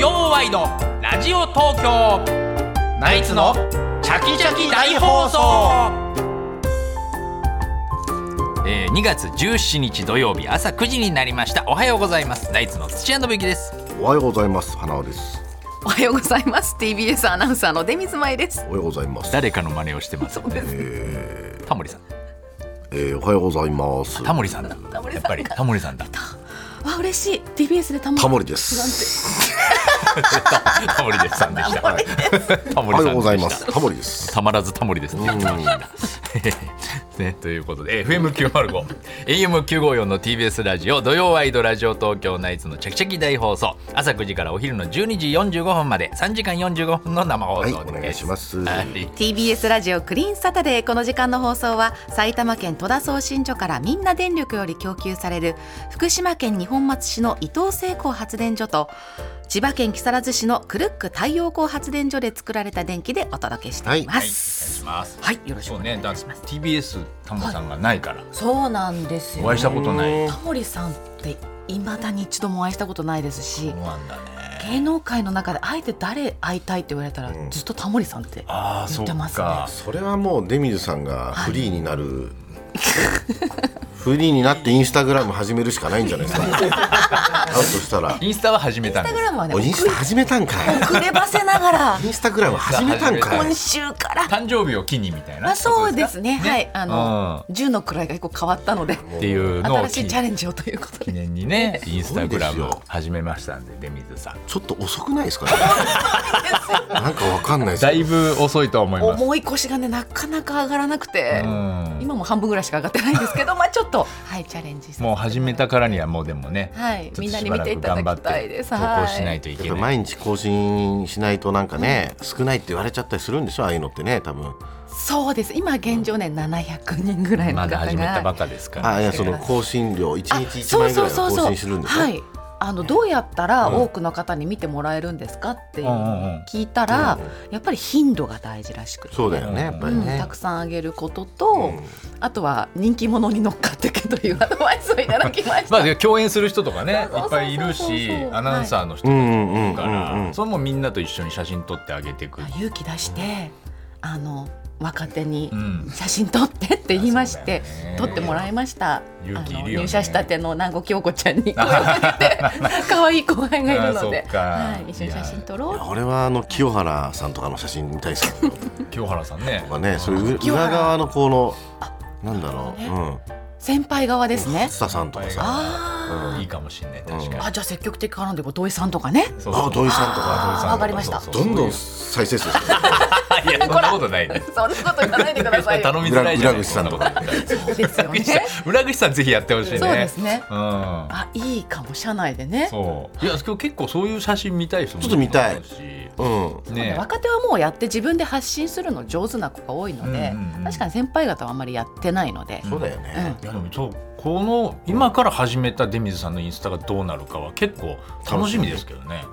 のラジオ東京ナイツのチャキチャキ大放送えー、2月17日土曜日朝9時になりましたおはようございますナイツの土屋信之ですおはようございます花尾ですおはようございます TBS アナウンサーの出水舞ですおはようございます誰かの真似をしてますよねタモリさんえー、おはようございますタモリさんだタモリやさんっぱだりタモリさ んだわ嬉しい TBS でタモタモリですタモリですさんでしたタモリタおモリはさんでしたようございますタモリですたまらずタモリです ね。ね、ということで FM905 AM954 の TBS ラジオ土曜ワイドラジオ東京ナイツのチャキチャキ大放送朝9時からお昼の12時45分まで3時間45分の生放送はです、いお願いしますはい TBS ラジオクリーンサタデーこの時間の放送は埼玉県戸田送信所からみんな電力より供給される福島県二本松市の伊東製鋼発電所と千葉県木更津市のクルック太陽光発電所で作られた電気でお届けしてはいまいお願いしす。ますはいよろしくお願そうねいしますだから TBS タモリさんがないから、そうなんですお会いしたことないタモリさんっていまだに一度もお会いしたことないですしそうなんだね芸能界の中であえて誰会いたいって言われたら、ずっとタモリさんってあ言ってますねそれはもうデミルさんがフリーになる、 フリーになってインスタグラム始めるしかないんじゃないです かだとしたらインスタは始めたんイでンスタすグラムはねおインスタ始めたんかい遅ればせな がらインスタグラム始めたんかい今週から誕生日を機にみたいなまあそうですすねはいあの10の位が結構変わったのでっていうのを新機しいにチャレンジをということ記で念にねインスタグラムすごいですよ始めましたんで出水さんちょっと遅くないですか、ね、なんかわかんないですだけいどぶ遅いと思います 重い腰がねなかなか上がらなくてうん今も半分ぐらいしか上がってないんですけどまあちょっとはいチャレンジさせてもう始めたからにはもうでもねはいちょっとみんなしにば見らくていただきたいです頑張って投稿しないといやっけぱない毎日更新しないとなんかね、少ないって言われちゃったりするんでしょああいうのってね多分そうです今現状ね700人ぐらいのま方だが始めたばかですからあいやその更新料一あ日一そう万円ぐそらういその更うそう新するんでしょ。はいあのどうやったら多くの方に見てもらえるんですかっていううんうんうん聞いたら、やっぱり頻度が大事らしくてそうだよねやっぱりうんねた。くさんあげることと、あとは人気者に乗っかってけというアドバイスをいただきまし また。あ共演する人とかねいそうっそうそうぱいいるしそうそうそうアナウンサーの人うとんうんうんうんかうら。んそれもみんなと一緒に写真撮ってあげていく勇気出してあの若手にうん写真撮ってって言いまして、そうだよね撮ってもらいました。勇気いるよねあの入社したての南郷京子ちゃんに声をかけて可愛い後輩がいるのであそっ、かはい、一緒に写真撮ろういや俺はあの清原さんとかの写真見たいですけど清原さんねとかねそういう清裏原側のこのなんだろう、なるうん、先輩側ですね。スタさんとかさあいいかもしれない確かにあ、あじゃあ積極的かなんで土井さんとかね。そうそうあ土井さんとあかわかりましたそうそうどんどんそう 再生数ですねいやそんなことないねそんなこと言わないでくださいよ。頼みづらいじゃない裏口さんとか そうですよね。裏口さんぜひやってほしいねそうですね。うんあ、いいかも社内でね。そういや今日結構そういう写真見たい人もちょっと見たいるしうんね若手はもうやって自分で発信するの上手な子が多いので、うんうんうん確かに先輩方はあんまりやってないので、そうだよね、いやでもそうこの今から始めた出水さんのインスタがどうなるかは結構楽しみですけどね。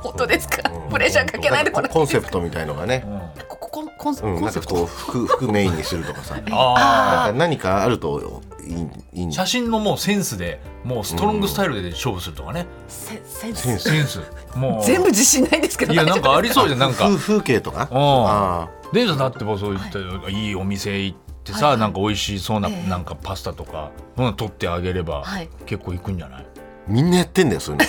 本当ですか、うんプレッシャーかけないでもコらってコンセプトみたいのがね、うこここんコンセうん、コなンんセかプこうト服服メインにするとかさなんん、あか あ何かあるといいいいんー写真のもうセンスでもうストロングスタイルで勝負するとかね、ーせセンセンススセンスもう全部自信ないですけどいやなんかありりそうじゃん なんか風風景とかうんあデイさんだってばそう言ったよ、い、いお店行ってさ、はいはいなんか美味しそうな、ええなんかパスタとか、うん、取ってあげれば、はい結構行くんじゃないーみんなやってんだよそう いうの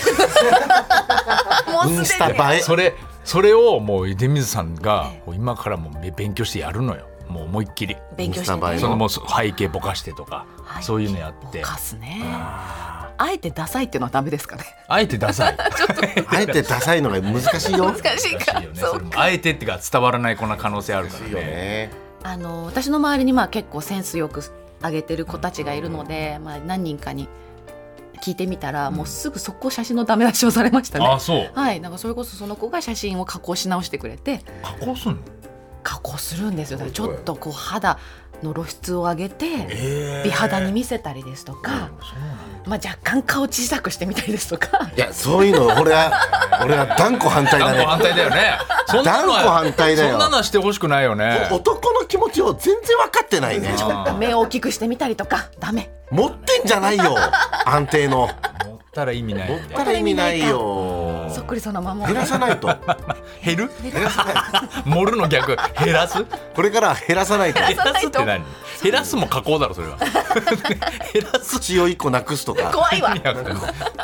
もうインスすでタに映えそれそれをもう出水さんがえ今からもう勉強してやるのよもう思いっきり勉強してインスタ映えねそのもう背景ぼかしてとか、はいそういうのやってぼかすねあえてダサいっていうのはダメですかねあえてダサいあえてダサいのが難しいよ。難しいらしかいよねそそうれもあえてってか伝わらないこんな可能性あるからねいいよね。あの私の周りにまあ結構センスよく上げてる子たちがいるので、まあ、何人かに聞いてみたら、もうすぐ速攻写真のダメ出しをされましたあね。そうはい、なんかそれこそその子が写真を加工し直してくれて加工すんの加工するんですよだからちすごょいっとこう肌の露出を上げてえ美肌に見せたりですとか、そうなんだまあ、若干顔小さくしてみたりですとかいや、そういうの、俺は、俺は断固反対だ断ね固。反対だよねそんな断のは固反対だそよんな。のはしてほしくないよね男の気持ちを全然分かってないね。ちょっと目を大きくしてみたりとかダメ持ってんじゃないよ。安定の。持ったら意味ない持よっねたら意味ないよ。うんそっくりそのまま減らさないと減る減らさない盛るの逆減らすこれから減らさないと減らすってそうな何減らすも加工だろそれは 減らす口を一個なくすとか怖 いわいや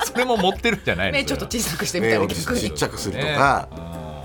それも持ってるんじゃないの目ちょっと小さくしてみた目いをなち逆ちっにちゃくするとか、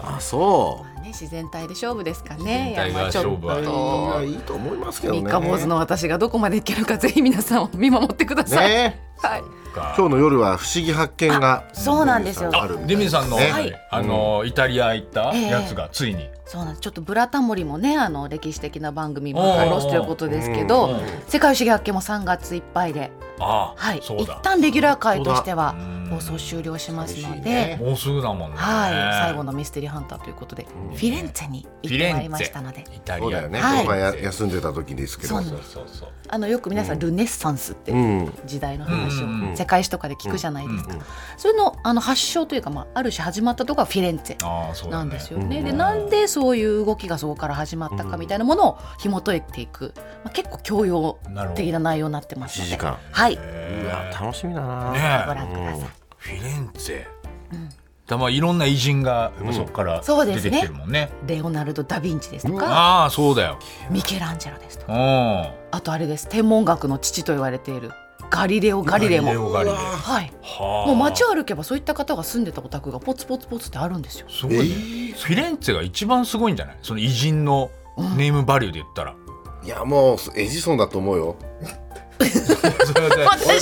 あそうね自然体で勝負ですかね全体がいやまあちょっ勝負はといいと思いますけどね三日坊主の私がどこまでいけるかぜひ皆さんを見守ってください、ねはいか今日の夜は不思議発見がそうなんですよあるみたいデミさんの、ねはいあのイタリア行ったやつがついに、そうなんですちょっと「ブラタモリ」もねあの歴史的な番組もはいロスということですけうんど「世界不思議発見」も3月いっぱいで、ああ、はい、そう一だ旦レギュラー回としてはうん放送終了しますの寂しいでね。もうすぐだもんねはい、最後のミステリーハンターということで、フィレンツェに行ってまいりましたのでイタリアそうだよね、はい僕がや休んでた時ですけどそうそうそうそうあのよく皆さん、ルネッサンスってうん時代の話を、うんうんうん世界史とかで聞くじゃないですか、それのあの発祥というか、まあ、ある種始まったところがフィレンツェああそうだなねんですよね。でなんでそういう動きがそこから始まったかみたいなものを紐解いていく、まあ、結構教養的な内容になってますの1で時間はい、うわ楽しみだな、ご覧ねください。えフィレンツェ、だまあいろんな偉人がやっぱそこからそうで出すてねきてるもんね,、レオナルド・ダ・ヴィンチですとか、ああそうだよミケランジェロですとかうんガあとあれです天文学の父と言われているガリレオ・ガリレイも。オガリレイはいはあもう街を歩けばそういった方が住んでたお宅がポツポツポツってあるんですよ。すごいね、えフィレンツェが一番すごいんじゃないその偉人のネームバリューで言ったら、いやもうエジソンだと思うよ それで俺だ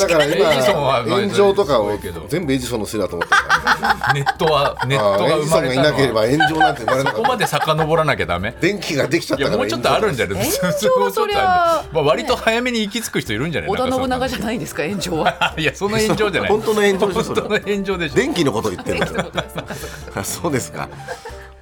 からエジソンはまあ今炎上とかそうをだけど全部エジソンのせいだと思ってるからネットはネットあがー生エジソまンがれいたのなけれはば炎上なんて生まれなそこかっまたで遡らなきゃダメ電気ができちゃっいたかやもらうちょっとあるんじゃないない炎上はそりゃまあ割と早めに行き着く人いるんじゃない織田信長じゃゃないですか炎上 は。いやその炎上じゃない本当の炎上でしょ本それ当はの炎上でしょ電気のこと言ってるん だよあそうですか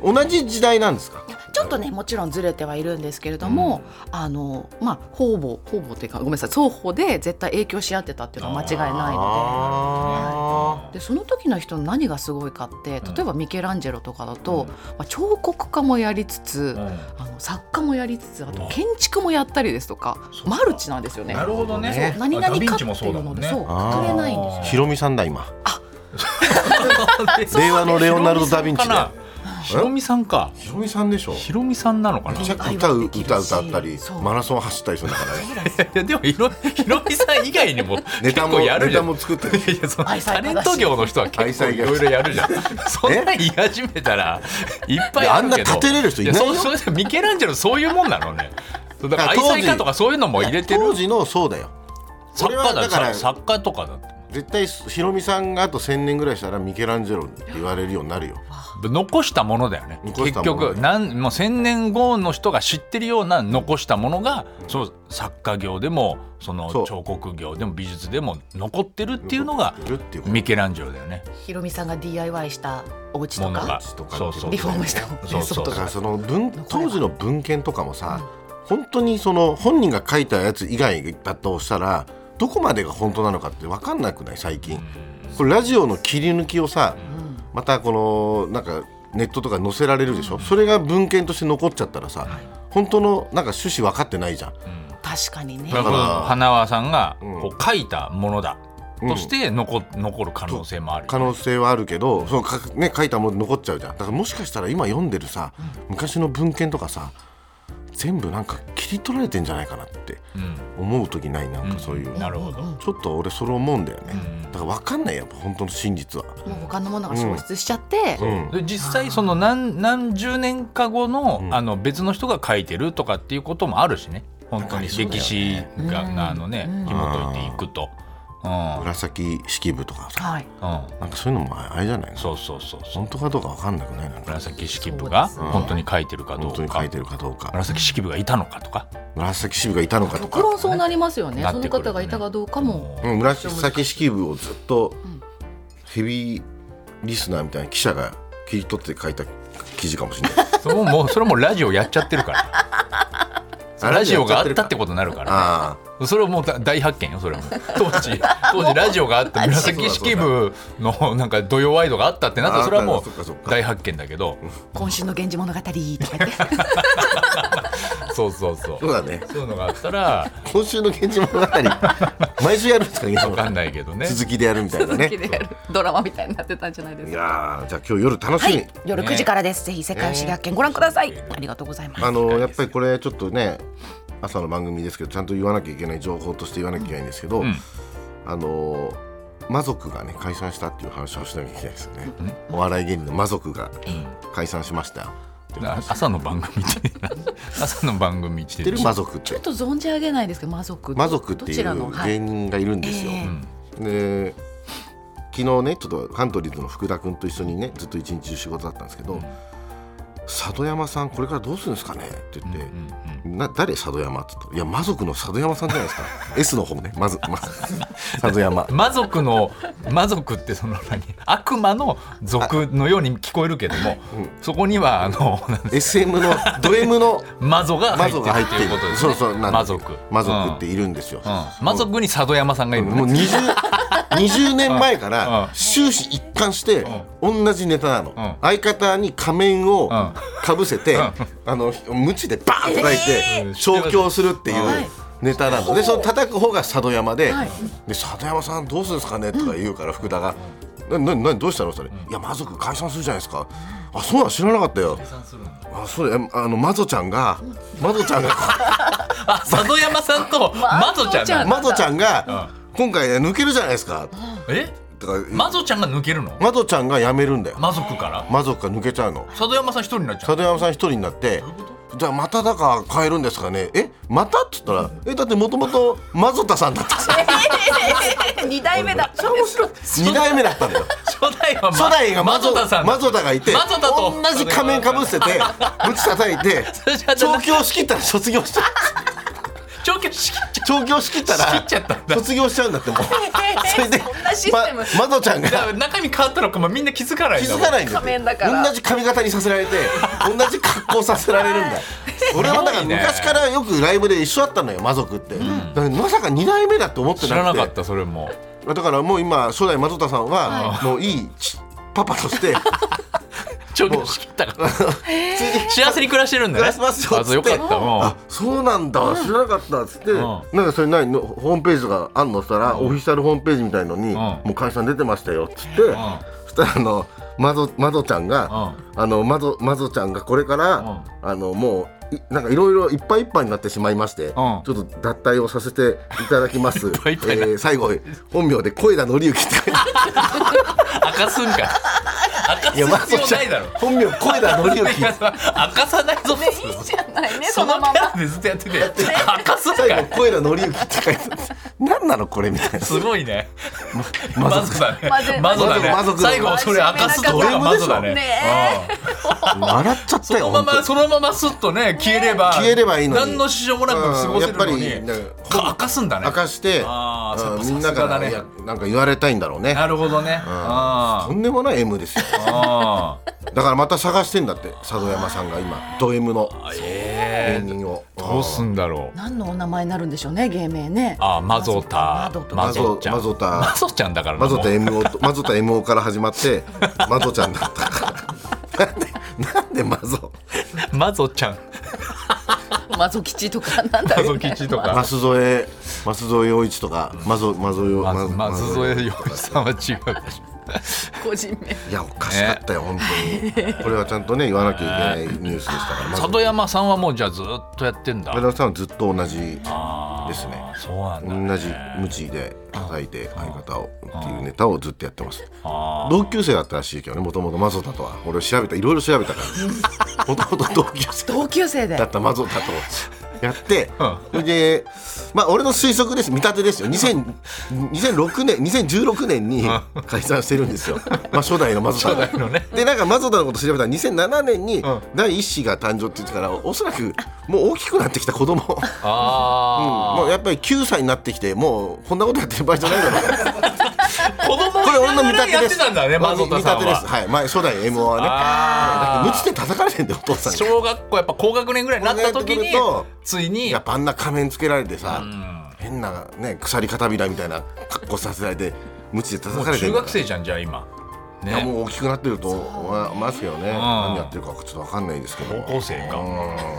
同じ時代なんですかちょっとねもちろんずれてはいるんですけれども、あのまあ方々方々というかごめんなさい双方で絶対影響し合ってたっていうのは間違いないのあででその時の人の何がすごいかって例えばミケランジェロとかだと、まあ、彫刻家もやりつつ、んあの作家もやりつつあと建築もやったりですとか、マルチなんですよね。なるほどねねそう何々ダヴィかンってチいもそうだうものんでね そうあー隠れないんですよーひろみさんだ今そう令和のレオナルド・ダ・ヴィンチかでなひろみさんかひろみさんでしょひろみさんなのかなめいちゃくちゃ愛は歌うできるし歌歌ったりそうマラソン走ったりするんだからねやでもひろひろみさん以外にも ネ結タも構やるネじゃタんも作っていやいやその愛タ妻家レンだしト業の人は結構いろいろやるじゃんそんなん言い始めたらいっぱいあるけどいやあんな立てれる人いないよやそうそうミケランジェロそういうもんなのねそうだから愛だから当妻時家とかそういうのも入れてる 当時のそうだよ作家俺はだだから作家とかだって絶対ひろみさんがあと1,000年ぐらいしたらミケランジェロって言われるようになるよ残したものだよね残し結たもの局なんもう1,000年後の人が知ってるような残したものがそう作家業でもそのそう彫刻業でも美術でも残ってるっていうのがいるっていうことミケランジェロだよねひろみさんが DIY したお家もとのがかとかそうそうリフォームしたそうソそうそフトうだとかからその文当時の文献とかもさ本当にその本人が書いたやつ以外だとしたらどこまでが本当なのかって分かんなくない最近これラジオの切り抜きをさまたこのなんかネットとか載せられるでしょそれが文献として残っちゃったらさ本当のなんか趣旨分かってないじゃん確かにね。だから花輪さんがうんこう書いたものだうんとして残残る可能性もある可能性はあるけどそのか、ね、書いたもの残っちゃうじゃんだからもしかしたら今読んでるさ、昔の文献とかさ全部なんか切り取られてんじゃないかなって思う時ないなんかそういう、なるほどちょっと俺それ思うんだよね、だから分かんないやっぱ本当の真実は、もう他のものが消失しちゃって、うんで実際その何何十年か後の,、あの別の人が書いてるとかっていうこともあるしね本当に歴史が,、あのね紐解いていくと、うんうん紫式部とかさはい。なんかそういうのもあれじゃないのそうそうそうそう本当かどうか分かんなくないなんか紫式部がそうですね本当に書いてるかど本当うに書かいてるかどうか紫式部がいたのかとか紫式部がいたのかと極か、論そうなりますよね。なそってのくる方がいたかどうかも。うん、紫式部をずっとヘビーリスナーみたいな記者が切り取って書いた記事かもしれないそれももうそれもラジオやっちゃってるからそうラジオ があったってことになるからあそれはもうだ大発見よそれはもう当時当時ラジオがあって紫式部のなんか土曜ワイドがあったってなったらそれはもあーそっかそっうか大発見だけど今週の源氏物語とか言って。 そうそうそうそうだねそういうのがあったら今週の「源氏物語」 毎週やるんですか源分氏物かん語ないけどね続きでやるみたいな続ねきでやるドラマみたいになってたんじゃないですいか。やーじゃあ今日夜楽しはみ、い、夜9時からです。ぜひ世界史学研ご覧ください。ありがとうございます。あのやっぱりこれちょっとね朝の番組ですけどちゃんと言わなきゃいけない情報として言わなきゃいけないんですけど、うんあの魔族がね解散したっていう話をしなきゃいけないですよね、お笑い芸人の魔族が解散しましたっていうな話知 っ朝の番組って朝の番組っててる魔族ってちょっと存じ上げないですけど、魔族。魔族ってどいちらのう芸人がいるんですよ、ええで昨日ねちょっとカントリーズの福田君と一緒にねずっと一日中仕事だったんですけど、里山さんこれからどうするんですかねって言って、な誰佐渡山って言ったら「いや魔族の佐渡山さんじゃないですか S の方ねまずまず佐渡山魔族の魔族ってその何悪魔の族のように聞こえるけども、そこにはあの なんです SM のド M の魔女が魔入っ族が入っててるといいうことでるすねそうそうなんで魔族魔族ってうんいるんですよ、うん魔族に佐渡山さんがいるのねもう 20, 20年前かうんら終始一貫して同じネタなの、ん相方に仮面をんかぶせて、んあの鞭でバーン叩いえーて調教するっていうはいネタなのでその叩く方が佐渡山ではい「で佐渡山さんどうするんですかね?」とか言うから福田が「なななどうしたの?」それいや魔族解散するじゃないですか」あそうなん知らなかったよ」あそうだよあの魔女ちゃんが魔女 ちゃんがあ佐渡山さんと魔女ちゃんなの魔女ちゃんが今回ね抜けるじゃないですか」えとか言う魔女ちゃんが抜けるの魔女ちゃんが辞めるんだよ魔族から魔族が抜けちゃうの佐渡山さん一人になっちゃう里山さん一人になってじゃあまただか変えるんですかねえまたっつったらえだってもともと魔女田さんだったさ 二代目だ。二代目だった んだよ初代は魔初代が魔女魔女田さん魔女田がいて魔女田と同じ仮面かぶせてぶち叩いてれじゃあ調教しきったら卒業 しちゃう調教しきっちゃ調教しきった仕切っちゃったんらだ卒業しちゃうん だってもうそれでそんなシステムま魔女ちゃんがうだから中身変わったのかまあみんな気づかないん気だもづんかないんだよ仮面だから同じ髪型にさせられて同じ格好させられるんだ俺はだからすごいね昔からよくライブで一緒だったのよ魔族って、だからまさか2代目だって思って知ならなかくってたそれもだからもう今初代魔族田さんはもういいちパパとして調教しきったから普通に幸せに暮らしてるんだ暮ねらしますよあっつそうっよてかったもあそうなんだ知らなかったっつって、んなんかそれ何のホームページがあんのっつったら、オフィシャルホームページみたいのに、もう解散出てましたよっつって、そしたらあのまどまどちゃんが、あのまどまどちゃんがこれから、あのもういなんかいろいろいっぱいいっぱいになってしまいまして、ちょっと脱退をさせていただきます ぱいいっぱいになっえー最後本名で小枝紀之って書いてある明かすんか明かす いやまず必要ないだろ本名小枝紀 い之や明かさ ないぞいいじゃないね。そそののまキャまラ。でずっとやってて明かすん最か後い小枝紀之って書いてある何なのこれみたいなすごいねマゾだねママゾゾだねマゾマゾ最後それ明かすところがマゾだねねうん笑っちゃっそたよのま本当まそのまますっとね消えれば消えればいいのに何の支障もなく過ごせるのうんにやっぱりねか明かすんだね明かしてあーうんそみうかんなさすがかだらねいやなんか言われたいんだろうねなるほどねあとんでもない M ですよ ーあーだからまた探してんだって佐渡山さんが今ド M の芸人をどうすんだろう何のお名前になるんでしょうね、芸名ね。あーマゾタマゾタマゾちゃんマゾタマゾちゃんだからマゾタもう MO とマゾタ MO から始 まってマゾちゃんだったからなんでなんでマゾマゾちゃんマゾ吉とかなんマだろうゾね。吉とマかス添えマス添え陽一とかマゾマゾよマゾマゾマ添洋一さんは違うでしょ個人名。いやおかしかったよ本当にこれはちゃんとね言わなきゃいけないニュースでしたからマゾ里山さんはもうじゃあずっとやってんだ前田さんはずっと同じですねあーそうなんだね同じ無知で叩いて相方をっていうネタをずっとやってますあ同級生だったらしいけどねもともとマゾタとは俺調べたいろいろ調べ たからもともと同級生同級生でだ。ったマゾタとやってそれでまあ俺の推測です見立てですよ2000 2006年2016年に解散してるんですよ、まあ、初代のマゾターのねでなんかマゾタのこと調べたら2007年にん第一子が誕生って言ってからおそらくもう大きくなってきた子供あーもうやっぱり9歳になってきてもうこんなことやってる場合じゃないだろう 子供これ俺の見や立てっでてす。たんだね、まあマゾタさん見立てです。は。はい、前初代 M1 はね。だあって無知で叩かれてんだよお父さあ、んに。小学校やっぱ高学年ぐらいになった時にこうなってくるとついにやっぱあんな仮面つけられてさ、変なね鎖片びらみたいな格好させられて無知で叩もかうれて中んだ学生じゃんじゃあ今。いやもう大きくなってると思いますよねん何やってるかちょっと分かんないですけど高校生かうん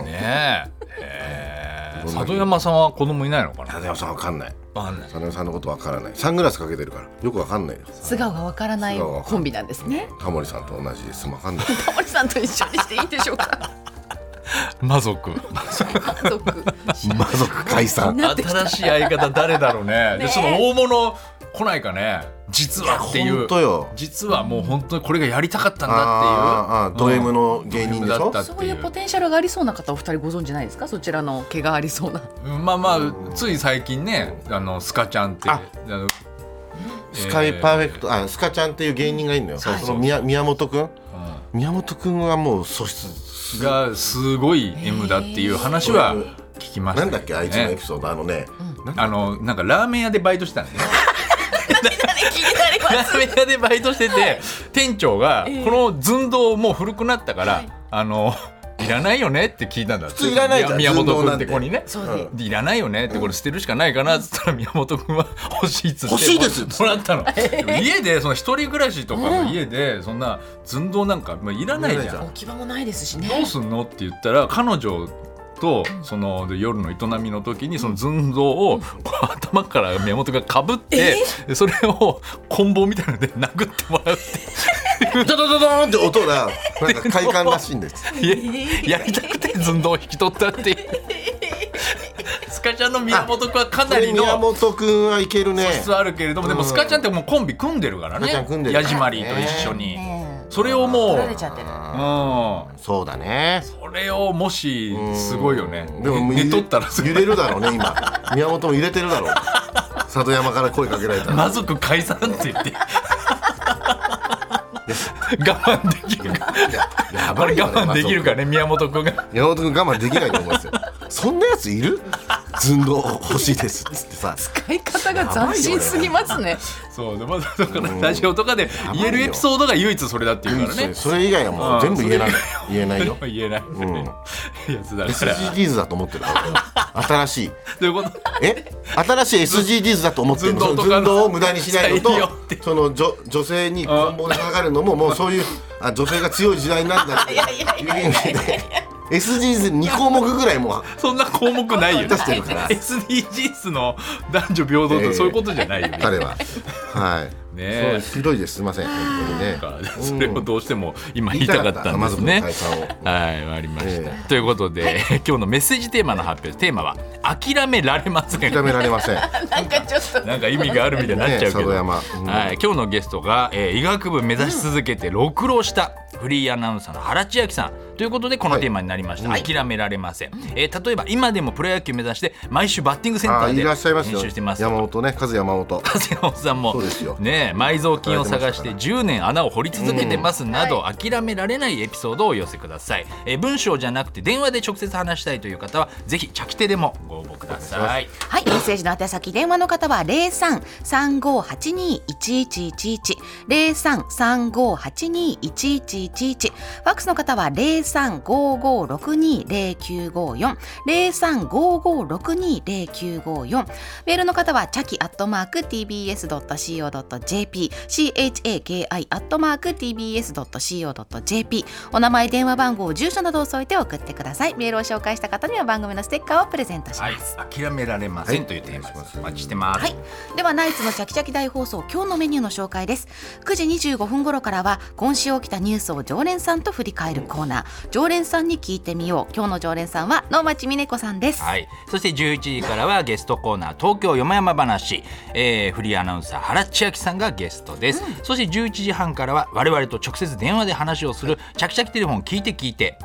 ねええーどんな里山さんは子供いないのかな佐々山さん分かんないわかんない佐々山さんのこと分からないサングラスかけてるからよく分かんないです素顔がわからない素顔がわかんないコンビなんですね。タモリさんと同じです分 かんないタモリさんと一緒にしていいんでしょうか。魔族家族魔族解散なってきた新しい相方誰だろうねねでその大物来ないかね実はっていう本当よ実はもう本当にこれがやりたかったんだあーあっーていうド M の芸人でしドょ M だったそういうポテンシャルがありそうな方お二人ご存知ないですか。そちらの毛がありそ うな。うんまあまあつい最近ねあのスカちゃんってああのスカイパーフェクトあスカちゃんっていう芸人がいるのよそうそうその宮宮本くん宮本くんはもう素質うんすごいがすごい M だっていう話は聞きましなたんだっけあいつのエねピソードあのねあのなんかラーメン屋でバイトしてたんです気になりまラーメン屋でバイトしてて、店長が、ええこの寸胴もう古くなったから、はいあの いらないよねって聞いたんだ普通いらないじゃん宮本君って寸胴なんて子にねそうででいらないよねってこれ捨てるしかないかなっつったら宮本君は欲しいっつって欲しいですっつってもらった の、でも家でその一人暮らしとかの家でそんな寸胴なんかもういらないじゃん置き場もないですしね。どうすんのって言ったら彼女とそので夜の営みの時にその寸胴をこう頭から目元がかぶってでそれを棍棒みたいなので 殴ってもらうっドドドドーンって音がなんか快感らしいんですていうややりたくて寸胴を引き取ったっていうスカちゃんの宮本君はかなりの宮本くんはいけるね質はあるけれどもでもスカちゃんってもうコンビ組んでるからねスカちゃん組んでるヤジマリーと一緒にねえそれをもう取られちゃってる。うんそうだねそれをもしすごいよねでも寝取ったらす揺ごいれ揺れるだろうね今宮本も揺れてるだろう里山から声かけられ たら魔族解散って言って我慢できるかやこばれいよ我慢できるかねね宮本君が宮本くん我慢できないと思いますよそんなやついる寸胴欲しいですっつってさ使い方が斬新すぎますね。そうでまだだからうんラジオとかでばいよ言えるエピソードが唯一それだっていうからねそれ以外はもう全部言えない言えな いよ言えないやつだから SDGs だと思ってるから新しいということえ新しい SDGs だと思ってるの寸そ胴とのかの寸胴を無駄にしないのいいよとってその女女性に棍棒でかかるのももうそういうあ女性が強い時代になったっていう意味で SDGs2 項目ぐらいもうそんな項目ないよね出してるから SDGs の男女平等とえかえそういうことじゃないよね彼ははいねえそうひどいですすいません本当にねなんかそれをどうしても今言いたかったんですね言いたかったまずこの解散をはい、わかりました。えということで、今日のメッセージテーマの発表、テーマは諦められません。認められませんなんかちょっと。なんか意味があるみたいになっちゃうけねど、え里山うんはい、今日のゲストが、えー医学部目指し続けてろくろをしたフリーアナウンサーの原千秋さんということでこのテーマになりました、はい諦められません、えー例えば今でもプロ野球目指して毎週バッティングセンタあーでいらっしゃい練ますよ習してます山本ね和山本長谷川さんもそうですよねえ埋蔵金を探して働いて10年穴を掘り続けてますなど、諦められないエピソードをお寄せください、えー文章じゃなくて電話で直接話したいという方はぜひ着手でもご応募くださいはい、メッセージの宛先電話の方は零三三五八二一一一一零三三五八二一一一一ファックスの方は零三五五六二零九五四零三五五六二零九五四メールの方はチャキアットマーク tbs ドット co ドット jp c h a k i アットマーク tbs ドット co ドット jp お名前電話番号住所などを添えて送ってくださいメールを紹介した方には番組のステッカーをプレゼントします、はい諦められませんというテーマですお待ちしてます、はい、ではナイツのチャキチャキ大放送今日のメニューの紹介です9時25分頃からは今週起きたニュースを常連さんと振り返るコーナー常連さんに聞いてみよう今日の常連さんは能町みね子さんです、はい、そして11時からはゲストコーナー東京よまやま話、えー、フリーアナウンサー原千秋さんがゲストです、そして11時半からは我々と直接電話で話をする「チャキチャキテレフォン聞いて聞いて」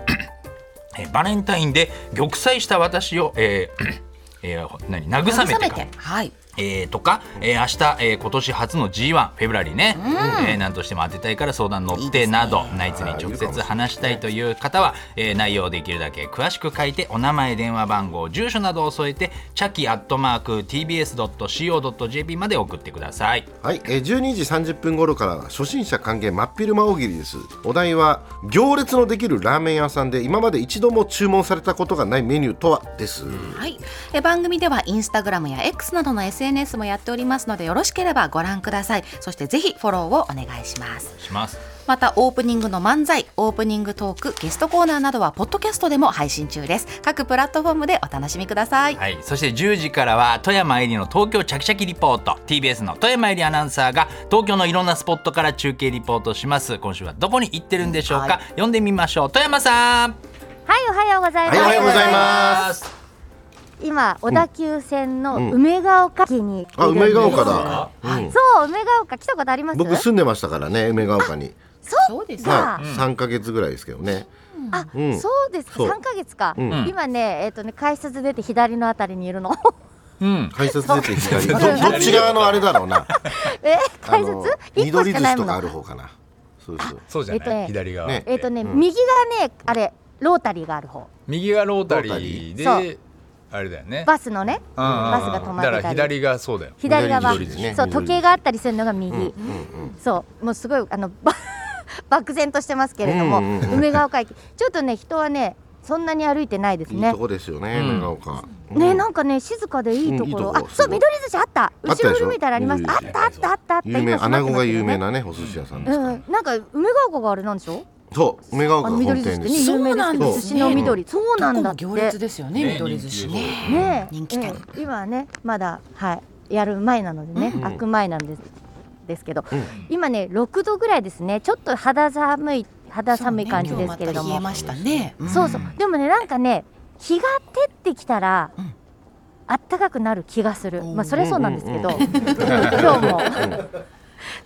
えーバレンタインで玉砕した私を、えーえー何慰めてかはいえー、とか、えー明日、えー今年初の G1 フェブラリーね、えー何としても当てたいから相談乗いいっでてすねなどナイツに直接話したいという方は、えー内容をできるだけ詳しく書いてお名前電話番号住所などを添えてチャキアットマーク TBS.CO.JP まで送ってくださいはい、えー12時30分頃からは初心者歓迎真っ昼間大喜利ですお題は行列のできるラーメン屋さんで今まで一度も注文されたことがないメニューとはです、はい、え番組ではインスタグラムや X などの SNS もやっておりますのでよろしければご覧くださいそしてぜひフォローをお願いしますしますまたオープニングの漫才オープニングトークゲストコーナーなどはポッドキャストでも配信中です各プラットフォームでお楽しみください、はい、そして10時からは富山えりの東京ちゃきちゃきリポート TBS の富山えりアナウンサーが東京のいろんなスポットから中継リポートします今週はどこに行ってるんでしょうか、は呼んでみましょう富山さんはい、おはようございます。はいおはようございます今、小田急線の梅ヶ丘駅にいるんです。あ梅ヶ丘だ、うんそう、梅ヶ丘来たことあります。僕住んでましたからね梅ヶ丘にそう、そうですじゃはあい、3ヶ月ぐらいですけどねあ、うんそうですか。そう三ヶ月か。ん今ね、えっ、とね、改札出て左のあたりにい るの。うん改札出て左どうどっち側のあれだろうなえ、あ改札の？一個し緑かな寿司いともかあるの。方かなそうそうそうじゃない、えっとね左側、ねえっ、とね、右がね、あれ、ロータリーがある方。右がロータリーロータリーであれだよねバスのね、うんうんうんバスが止まっだてからたり。左がそうだよ左側、緑ですねそう緑時計があったりするのが右、そうもうすごいあのば 漠然としてますけれども、うんうんう梅ヶ丘駅ちょっとね人はねそんなに歩いてないですいいねとこですよねうん梅ヶ丘ねなんかね静かでいいところ、うんいいとこあそうすごい緑寿司あったあった後でろしょ見たらありましたあっ緑たあったあったあった有名今閉アまナってゴますが有けどね名なねお寿司屋さんですから、うん、なんか梅ヶ丘があれなんでしょそう梅ヶ丘があの本緑寿店司っでてすね有名ですけどそう寿司の緑そうどなこんだもって行列ですよねね緑寿司人気ねねえ人気店うん今はねまだはいやる前なのでね、開く前なんですですけど、今ね6度ぐらいですねちょっと肌寒い肌寒い感じですけれどそうね今日また冷えまもしたね、うんそうそうでもねなんかね日が照ってきたら、んあったかくなる気がする、おーまあそれはそうなんですけど、うんう今日も、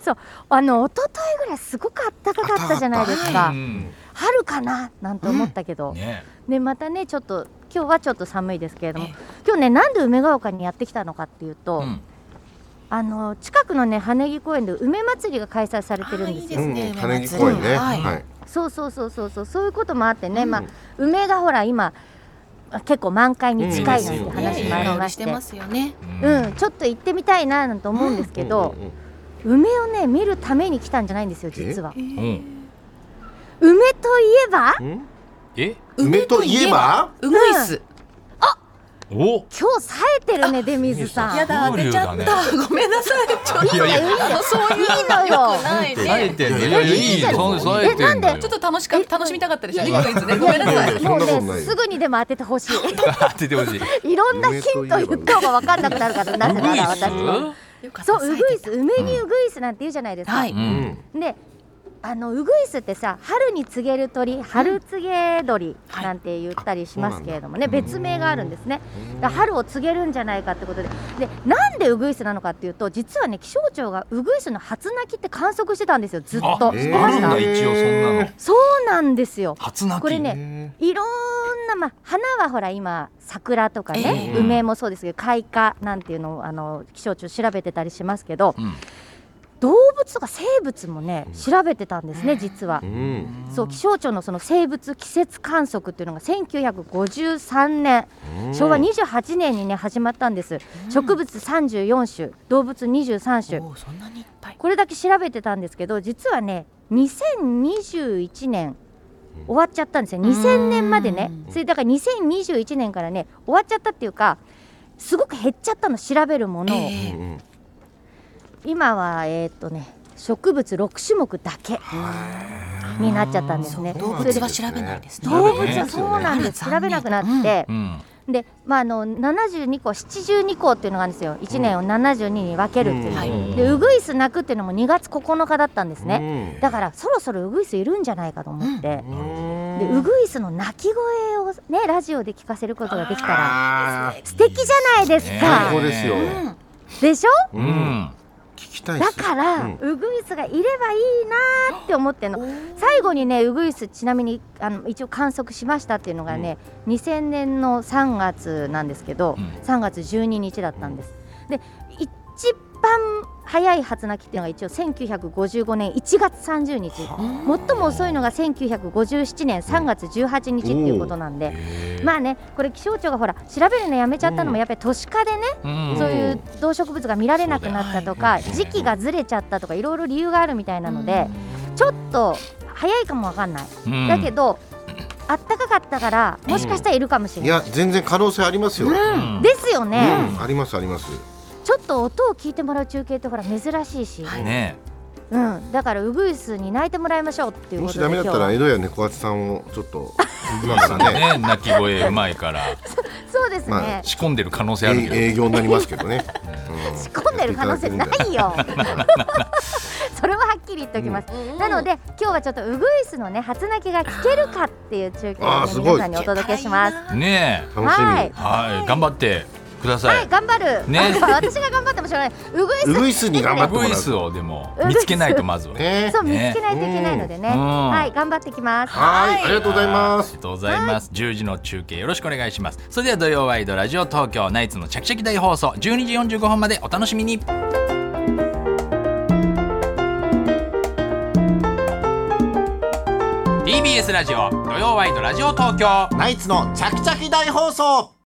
そうあの一昨日ぐらいすごくあったかかったじゃないですか、うん春かななんて思ったけど、ねね、またねちょっと今日はちょっと寒いですけれども今日ねなんで梅ヶ丘にやってきたのかっていうと、うんあの近くのね羽木公園で梅祭りが開催されてるんですよあーいいですねうん羽根公園ね、ははいいそうそうそうそうそうそういうこともあってね、まあ梅がほら今あ結構満開に近いなんうんいいてですよ話もありまして,、すよねうんうんちょっと行ってみたいななんて思うんですけど、うんうんうん梅をね見るために来たんじゃないんですよ実はうん梅といえばうんえ梅といえばうぐいすお今日冴えてるね出水さんやだ当てちゃった、ごめんなさいちょっといやいやそういういいのよない冴えねてんのいやいやいいよそん冴えてんのよえなんでち ょっと楽しか楽しみたかったでしょねごめんごめんなさいいやもうそんなことなねいよすぐにでも当ててほしい 当ててほしいいろんなヒント言った方が分かんなくなるからなぜなら私はよかったそうウグイス梅にウグイスなんて言うじゃないですか、はい、うんであのウグイスってさ春に告げる鳥春告げ鳥はいなんて言ったりしますけれどもね、別名があるんですねだから春を告げるんじゃないかってことででなんでウグイスなのかっていうと実はね気象庁がウグイスの初鳴きって観測してたんですよずっあとえー知ってました、あるんだ一応そんなのそうなんですよ初泣きこれねえいろんな、まあ、花はほら今桜とかね、ええ梅もそうですけど開花なんていうのをあの気象庁調べてたりしますけど、うん動物とか生物もね調べてたんですね実はーう。んそう気象庁のその生物季節観測っていうのが1953年昭和28年にね始まったんです、植物34種動物23種おーそんなにいっぱいこれだけ調べてたんですけど実はね2021年終わっちゃったんですよ2000年までねそれだから2021年からね終わっちゃったっていうかすごく減っちゃったの調べるものを、うえんうん今はえーっとね植物6種目だけになっちゃったんですね動そう物は調べないですね動物べないはですそよねうなんですあ調ら残べ念なくなって、うんで、まあ、あの72個72個っていうのがあるんですよ1年を72に分けるっていう、はうんでウグイス鳴くっていうのも2月9日だったんですね、うんだからそろそろウグイスいるんじゃないかと思って、でウグイスの鳴き声をねラジオで聞かせることができたらあー素敵じゃないです最か、高ですよ、でしょう、うんん聞きたいっだすから、うんウグイスがいればいいなーって思ってんの最後にねウグイスちなみにあの一応観測しましたっていうのがね、2000年の3月なんですけど、うん3月12日だったんです、で一番早い初鳴きっていうのが一応1955年1月30日最も遅いのが1957年3月18日っていうことなんで、まあねこれ気象庁がほら調べるのやめちゃったのもやっぱり都市化でね、うんそういう動植物が見られなくなったとか、時期がずれちゃったとかいろいろ理由があるみたいなので、ちょっと早いかもわかんない、うんだけどあったかかったからもしかしたらいるかもいしれない、や全然可能性ありますよ、うんですよね、ありますありますちちょっと音を聞いてもらう中継ってほら珍しいし、ねうん、だからウグイスに泣いてもらいましょうっていうもこしとでダメ今だっ日たらは江戸屋猫厚さんをちょっ と今えからねね泣き声うまいからそうですね、ま仕込んでる可能性あるけど営営業になりますけ どね、仕込んでる可能性ないよ それははっきり言っておきます、なので今日はちょっとウグイスのね初泣きが聞けるかっていう中継あーをすねごい皆さんにお届けしますねえ楽しみ、はいはい頑張ってくださはいい頑張る、ね私が頑張ってもしょうがないウグイスウグイスに頑張ウってもグらうイスをでもウグイ見スつけないとまずはねそう見ねつけないといけないのでね、うんはい頑張ってきますはいありがとうございまありすがとうございます。10時の中継よろしくお願いします。それでは土曜ワイドラジオ東京ナイツのチャキチャキ大放送12時45分までお楽しみに。TBS ラジオ土曜ワイドラジオ東京。ナイツのチャキチャキ大放送